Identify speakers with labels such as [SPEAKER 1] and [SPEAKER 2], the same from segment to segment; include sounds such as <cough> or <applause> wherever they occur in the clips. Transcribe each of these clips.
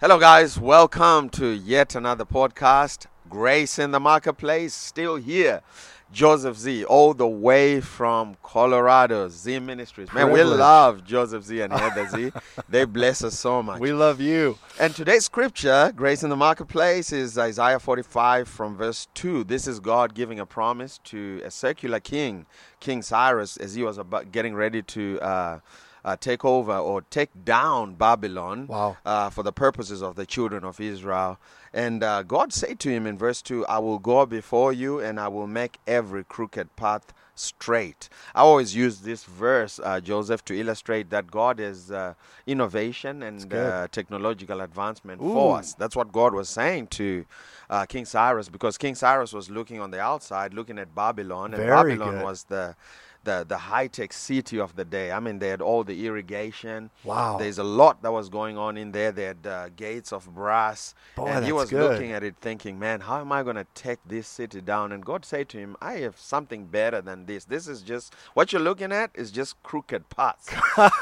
[SPEAKER 1] Hello, guys. Welcome to yet another podcast. Grace in the Marketplace, still here. Joseph Z, all the way from Colorado, Z Ministries. Man, we
[SPEAKER 2] Privilege.
[SPEAKER 1] love Joseph Z and Heather
[SPEAKER 2] <laughs>
[SPEAKER 1] Z. They bless us so much.
[SPEAKER 2] We love you.
[SPEAKER 1] And today's scripture, Grace in the Marketplace, is Isaiah 45 from verse 2. This is God giving a promise to a secular king, King Cyrus, as he was about getting ready to uh, uh, take over or take down Babylon
[SPEAKER 2] Wow.
[SPEAKER 1] uh, for the purposes of the children of Israel. And uh, God said to him in verse 2 I will go before you and I will make every crooked path straight. I always use this verse, uh, Joseph, to illustrate that God is uh, innovation and
[SPEAKER 2] good.
[SPEAKER 1] uh, technological advancement
[SPEAKER 2] Ooh.
[SPEAKER 1] for us. That's what God was saying to uh, King Cyrus because King Cyrus was looking on the outside, looking at Babylon, and
[SPEAKER 2] Very
[SPEAKER 1] Babylon
[SPEAKER 2] good.
[SPEAKER 1] was the. The, the high tech city of the day. I mean, they had all the irrigation.
[SPEAKER 2] Wow.
[SPEAKER 1] There's a lot that was going on in there. They had uh, gates of brass.
[SPEAKER 2] Boy,
[SPEAKER 1] and he
[SPEAKER 2] that's
[SPEAKER 1] was
[SPEAKER 2] good.
[SPEAKER 1] looking at it thinking, man, how am I going to take this city down? And God said to him, I have something better than this. This is just, what you're looking at is just crooked
[SPEAKER 2] <laughs>
[SPEAKER 1] paths.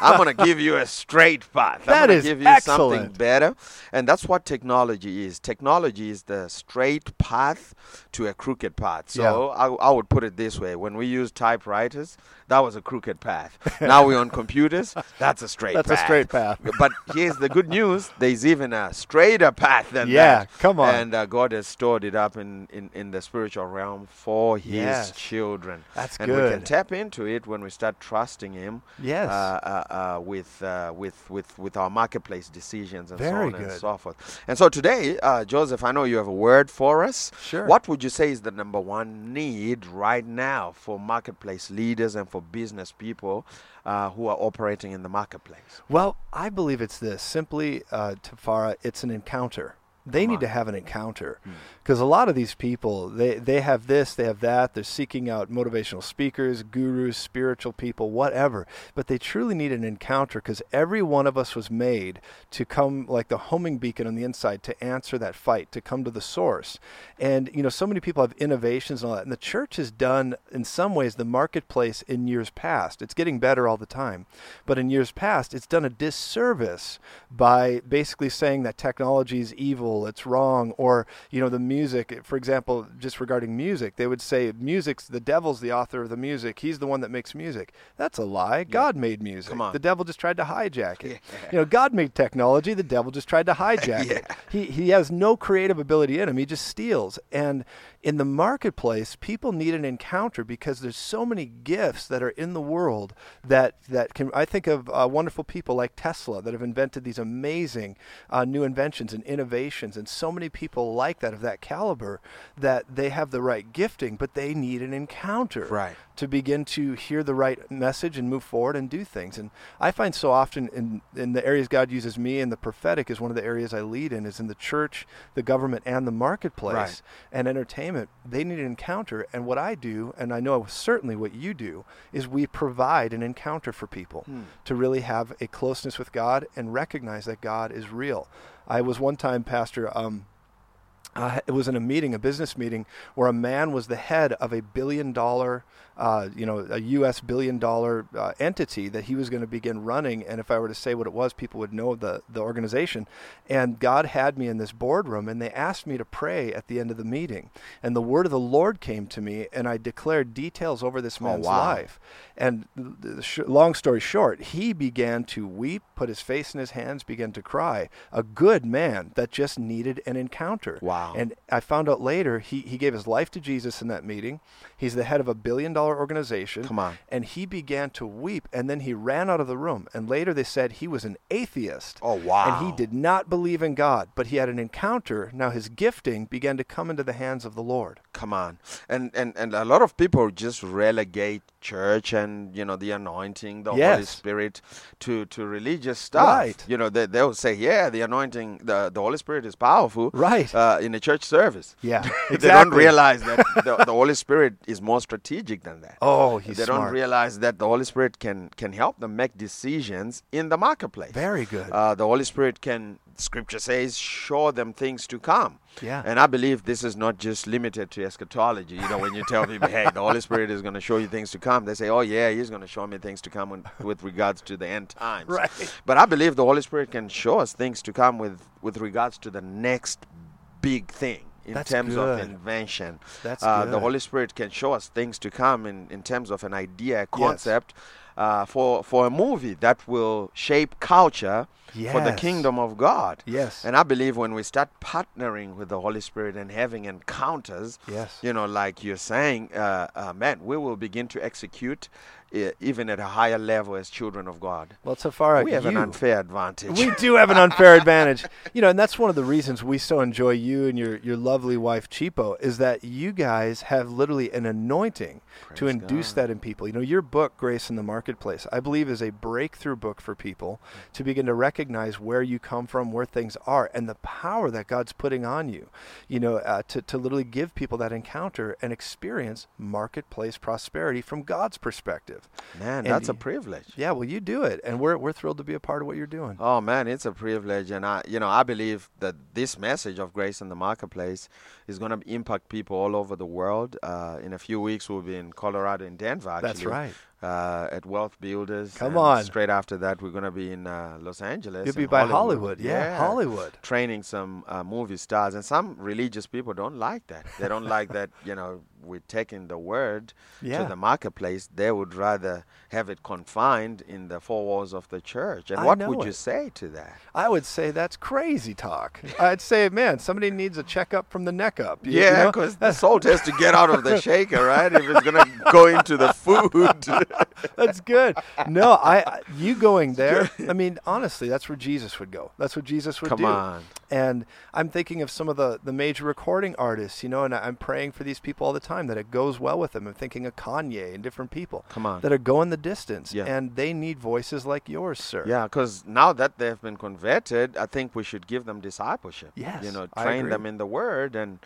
[SPEAKER 1] I'm going to give you a straight path. I'm
[SPEAKER 2] That
[SPEAKER 1] gonna
[SPEAKER 2] is
[SPEAKER 1] give you something
[SPEAKER 2] excellent.
[SPEAKER 1] better. And that's what technology is. Technology is the straight path to a crooked path. So I, I would put it this way when we used typewriters, that was a crooked path. now we're
[SPEAKER 2] <laughs>
[SPEAKER 1] on computers, that's a straight
[SPEAKER 2] That's a
[SPEAKER 1] path.
[SPEAKER 2] straight path.
[SPEAKER 1] <laughs> but here's the good news there's even a straighter path than
[SPEAKER 2] Yeah,
[SPEAKER 1] that.
[SPEAKER 2] come on.
[SPEAKER 1] And uh, God has stored it up in, in, in the spiritual realm for His
[SPEAKER 2] Yes.
[SPEAKER 1] children.
[SPEAKER 2] That's
[SPEAKER 1] and we can
[SPEAKER 2] good.
[SPEAKER 1] tap into it when we start trusting Him
[SPEAKER 2] Yes.
[SPEAKER 1] uh, uh, uh, with, uh, with, with, with our marketplace decisions and
[SPEAKER 2] Very
[SPEAKER 1] so on and
[SPEAKER 2] good.
[SPEAKER 1] so forth. And so today, uh, Joseph, I know you have a word for us.
[SPEAKER 2] Sure.
[SPEAKER 1] What would you say is the number one need right now for marketplace leaders and for business people uh, who are operating in the marketplace?
[SPEAKER 2] Well, I believe it's this simply, uh, Tafara, it's an encounter. They need to have an encounter because a lot of these people, they, they have this, they have that, they're seeking out motivational speakers, gurus, spiritual people, whatever. But they truly need an encounter because every one of us was made to come like the homing beacon on the inside to answer that fight, to come to the source. And, you know, so many people have innovations and all that. And the church has done, in some ways, the marketplace in years past. It's getting better all the time. But in years past, it's done a disservice by basically saying that technology is evil, it's wrong, or, you know, the music, for example, just regarding music, they would say music's the devil's the author of the music. He's the one that makes music. That's a lie. God made music.
[SPEAKER 1] Come on.
[SPEAKER 2] The devil just tried to
[SPEAKER 1] <laughs>
[SPEAKER 2] hijack it. You know, God made technology, the devil just tried to hijack it. He he has no creative ability in him. He just steals. And in the marketplace, people need an encounter because there's so many gifts that are in the world that that can. I think of uh, wonderful people like Tesla that have invented these amazing uh, new inventions and innovations, and so many people like that of that caliber that they have the right gifting, but they need an encounter
[SPEAKER 1] Right.
[SPEAKER 2] to begin to hear the right message and move forward and do things. And I find so often in, in the areas God uses me and the prophetic is one of the areas I lead in is in the church, the government and the marketplace
[SPEAKER 1] Right.
[SPEAKER 2] and entertainment. They need an encounter. And what I do, and I know certainly what you do, is we provide an encounter for people to really have a closeness with God and recognize that God is real. I was one time pastor, um, uh, it was in a meeting, a business meeting, where a man was the head of a billion dollar, uh, you know, a U.S. billion dollar uh, entity that he was going to begin running. And if I were to say what it was, people would know the, the organization. And God had me in this boardroom, and they asked me to pray at the end of the meeting. And the word of the Lord came to me, and I declared details over this man's
[SPEAKER 1] wow.
[SPEAKER 2] life life. And th- th- the sh- long story short, he began to weep, put his face in his hands, began to cry. A good man that just needed an encounter.
[SPEAKER 1] Wow.
[SPEAKER 2] And I found out later he, he gave his life to Jesus in that meeting. He's the head of a billion dollar organization.
[SPEAKER 1] Come on.
[SPEAKER 2] And he began to weep, and then he ran out of the room. And later they said he was an atheist.
[SPEAKER 1] Oh, wow.
[SPEAKER 2] And he did not believe in God, but he had an encounter. Now his gifting began to come into the hands of the Lord.
[SPEAKER 1] come on and and and a lot of people just relegate church and you know the anointing the holy
[SPEAKER 2] Yes.
[SPEAKER 1] spirit to to religious stuff
[SPEAKER 2] Right.
[SPEAKER 1] you know they, they'll say yeah the anointing the, the holy spirit is powerful
[SPEAKER 2] Right.
[SPEAKER 1] uh, in a church service
[SPEAKER 2] <laughs> Yeah,
[SPEAKER 1] <laughs> they don't
[SPEAKER 2] exactly.
[SPEAKER 1] realize that the, the holy spirit is more strategic than that
[SPEAKER 2] Oh, he's
[SPEAKER 1] they
[SPEAKER 2] smart.
[SPEAKER 1] don't realize that the holy spirit can can help them make decisions in the marketplace
[SPEAKER 2] Very good.
[SPEAKER 1] uh, the Holy Spirit can scripture says, show them things to come.
[SPEAKER 2] Yeah.
[SPEAKER 1] And I believe this is not just limited to eschatology. You know, when you tell people, hey, the Holy Spirit is going to show you things to come, they say, oh, yeah, he's going to show me things to come when, with regards to the end times.
[SPEAKER 2] <laughs> Right.
[SPEAKER 1] But I believe the Holy Spirit can show us things to come with, with regards to the next big thing in
[SPEAKER 2] That's
[SPEAKER 1] terms
[SPEAKER 2] good.
[SPEAKER 1] of invention.
[SPEAKER 2] That's
[SPEAKER 1] uh,
[SPEAKER 2] good.
[SPEAKER 1] The Holy Spirit can show us things to come in, in terms of an idea, a concept uh, for, for a movie that will shape culture for the
[SPEAKER 2] Yes.
[SPEAKER 1] kingdom of God.
[SPEAKER 2] Yes.
[SPEAKER 1] And I believe when we start partnering with the Holy Spirit and having encounters,
[SPEAKER 2] Yes.
[SPEAKER 1] you know, like you're saying, uh, uh, man, we will begin to execute uh, even at a higher level as children of God.
[SPEAKER 2] Well, Tafara,
[SPEAKER 1] we have an
[SPEAKER 2] you-
[SPEAKER 1] unfair advantage.
[SPEAKER 2] We do have an unfair advantage. You know, and that's one of the reasons we so enjoy you and your, your lovely wife, Chipo, is that you guys have literally an anointing to induce that in people. You know, your book, Grace in the Marketplace, I believe is a breakthrough book for people to begin to recognize where you come from, where things are, and the power that God's putting on you, you know, uh, to, to literally give people that encounter and experience marketplace prosperity from God's perspective.
[SPEAKER 1] man,
[SPEAKER 2] And
[SPEAKER 1] that's a
[SPEAKER 2] you-
[SPEAKER 1] privilege.
[SPEAKER 2] Yeah, well, you do it, and we're, we're thrilled to be a part of what you're doing.
[SPEAKER 1] Oh man, it's a privilege, and I, you know, I believe that this message of grace in the marketplace is going to impact people all over the world. Uh, in a few weeks, we'll be in Colorado and Denver. Actually,
[SPEAKER 2] That's right.
[SPEAKER 1] Uh, at Wealth Builders.
[SPEAKER 2] Come
[SPEAKER 1] and
[SPEAKER 2] on.
[SPEAKER 1] Straight after that, we're going to be in uh, Los Angeles.
[SPEAKER 2] You'll be
[SPEAKER 1] in
[SPEAKER 2] by Hollywood. Yeah, Hollywood.
[SPEAKER 1] Training some uh, movie stars, and some religious people don't like that. They don't like that. You know, we're taking the word
[SPEAKER 2] Yeah.
[SPEAKER 1] to the marketplace. They would rather have it confined in the four walls of the church. And
[SPEAKER 2] I
[SPEAKER 1] what
[SPEAKER 2] know
[SPEAKER 1] would
[SPEAKER 2] it.
[SPEAKER 1] you say to that?
[SPEAKER 2] I would say that's
[SPEAKER 1] <laughs>
[SPEAKER 2] crazy talk. I'd say, man, somebody needs a checkup from the neck up. you- you
[SPEAKER 1] Yeah,
[SPEAKER 2] know?
[SPEAKER 1] because the salt has to get out of the shaker, right? If it's gonna go into
[SPEAKER 2] <laughs>
[SPEAKER 1] the food.
[SPEAKER 2] <laughs> that's good. No, I I- you
[SPEAKER 1] <laughs>
[SPEAKER 2] going there? I mean, honestly, that's where Jesus would go. That's what Jesus would
[SPEAKER 1] Come
[SPEAKER 2] do.
[SPEAKER 1] on.
[SPEAKER 2] And I'm thinking of some of the the major recording artists, you know, and I- I'm praying for these people all the time that it goes well with them. I'm thinking of Kanye and different people
[SPEAKER 1] Come on.
[SPEAKER 2] that are going the distance,
[SPEAKER 1] Yeah.
[SPEAKER 2] and they need voices like yours, sir.
[SPEAKER 1] yeah, because now that they have been converted, I think we should give them discipleship. you
[SPEAKER 2] Yes,
[SPEAKER 1] know,
[SPEAKER 2] I
[SPEAKER 1] train
[SPEAKER 2] agree.
[SPEAKER 1] them in the Word, and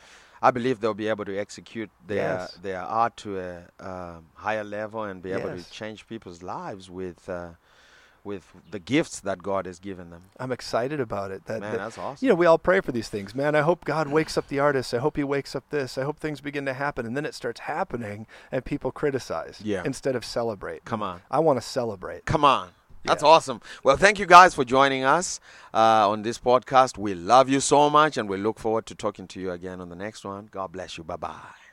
[SPEAKER 1] I believe they'll be able to execute their
[SPEAKER 2] Yes.
[SPEAKER 1] their art to a um, higher level and be able
[SPEAKER 2] Yes.
[SPEAKER 1] to change people's lives with. Uh, with the gifts that God has given them.
[SPEAKER 2] I'm excited about it. That,
[SPEAKER 1] Man,
[SPEAKER 2] that-
[SPEAKER 1] that's awesome.
[SPEAKER 2] Uh, You know, we all pray for these things, man. I hope God wakes up the artist. I hope He wakes up this. I hope things begin to happen, and then it starts happening, and people criticize
[SPEAKER 1] Yeah.
[SPEAKER 2] instead of celebrate.
[SPEAKER 1] Come on.
[SPEAKER 2] I want to celebrate.
[SPEAKER 1] Come on. That's awesome. Well, thank you guys for joining us uh, on this podcast. We love you so much, and we look forward to talking to you again on the next one. God bless you. Bye bye.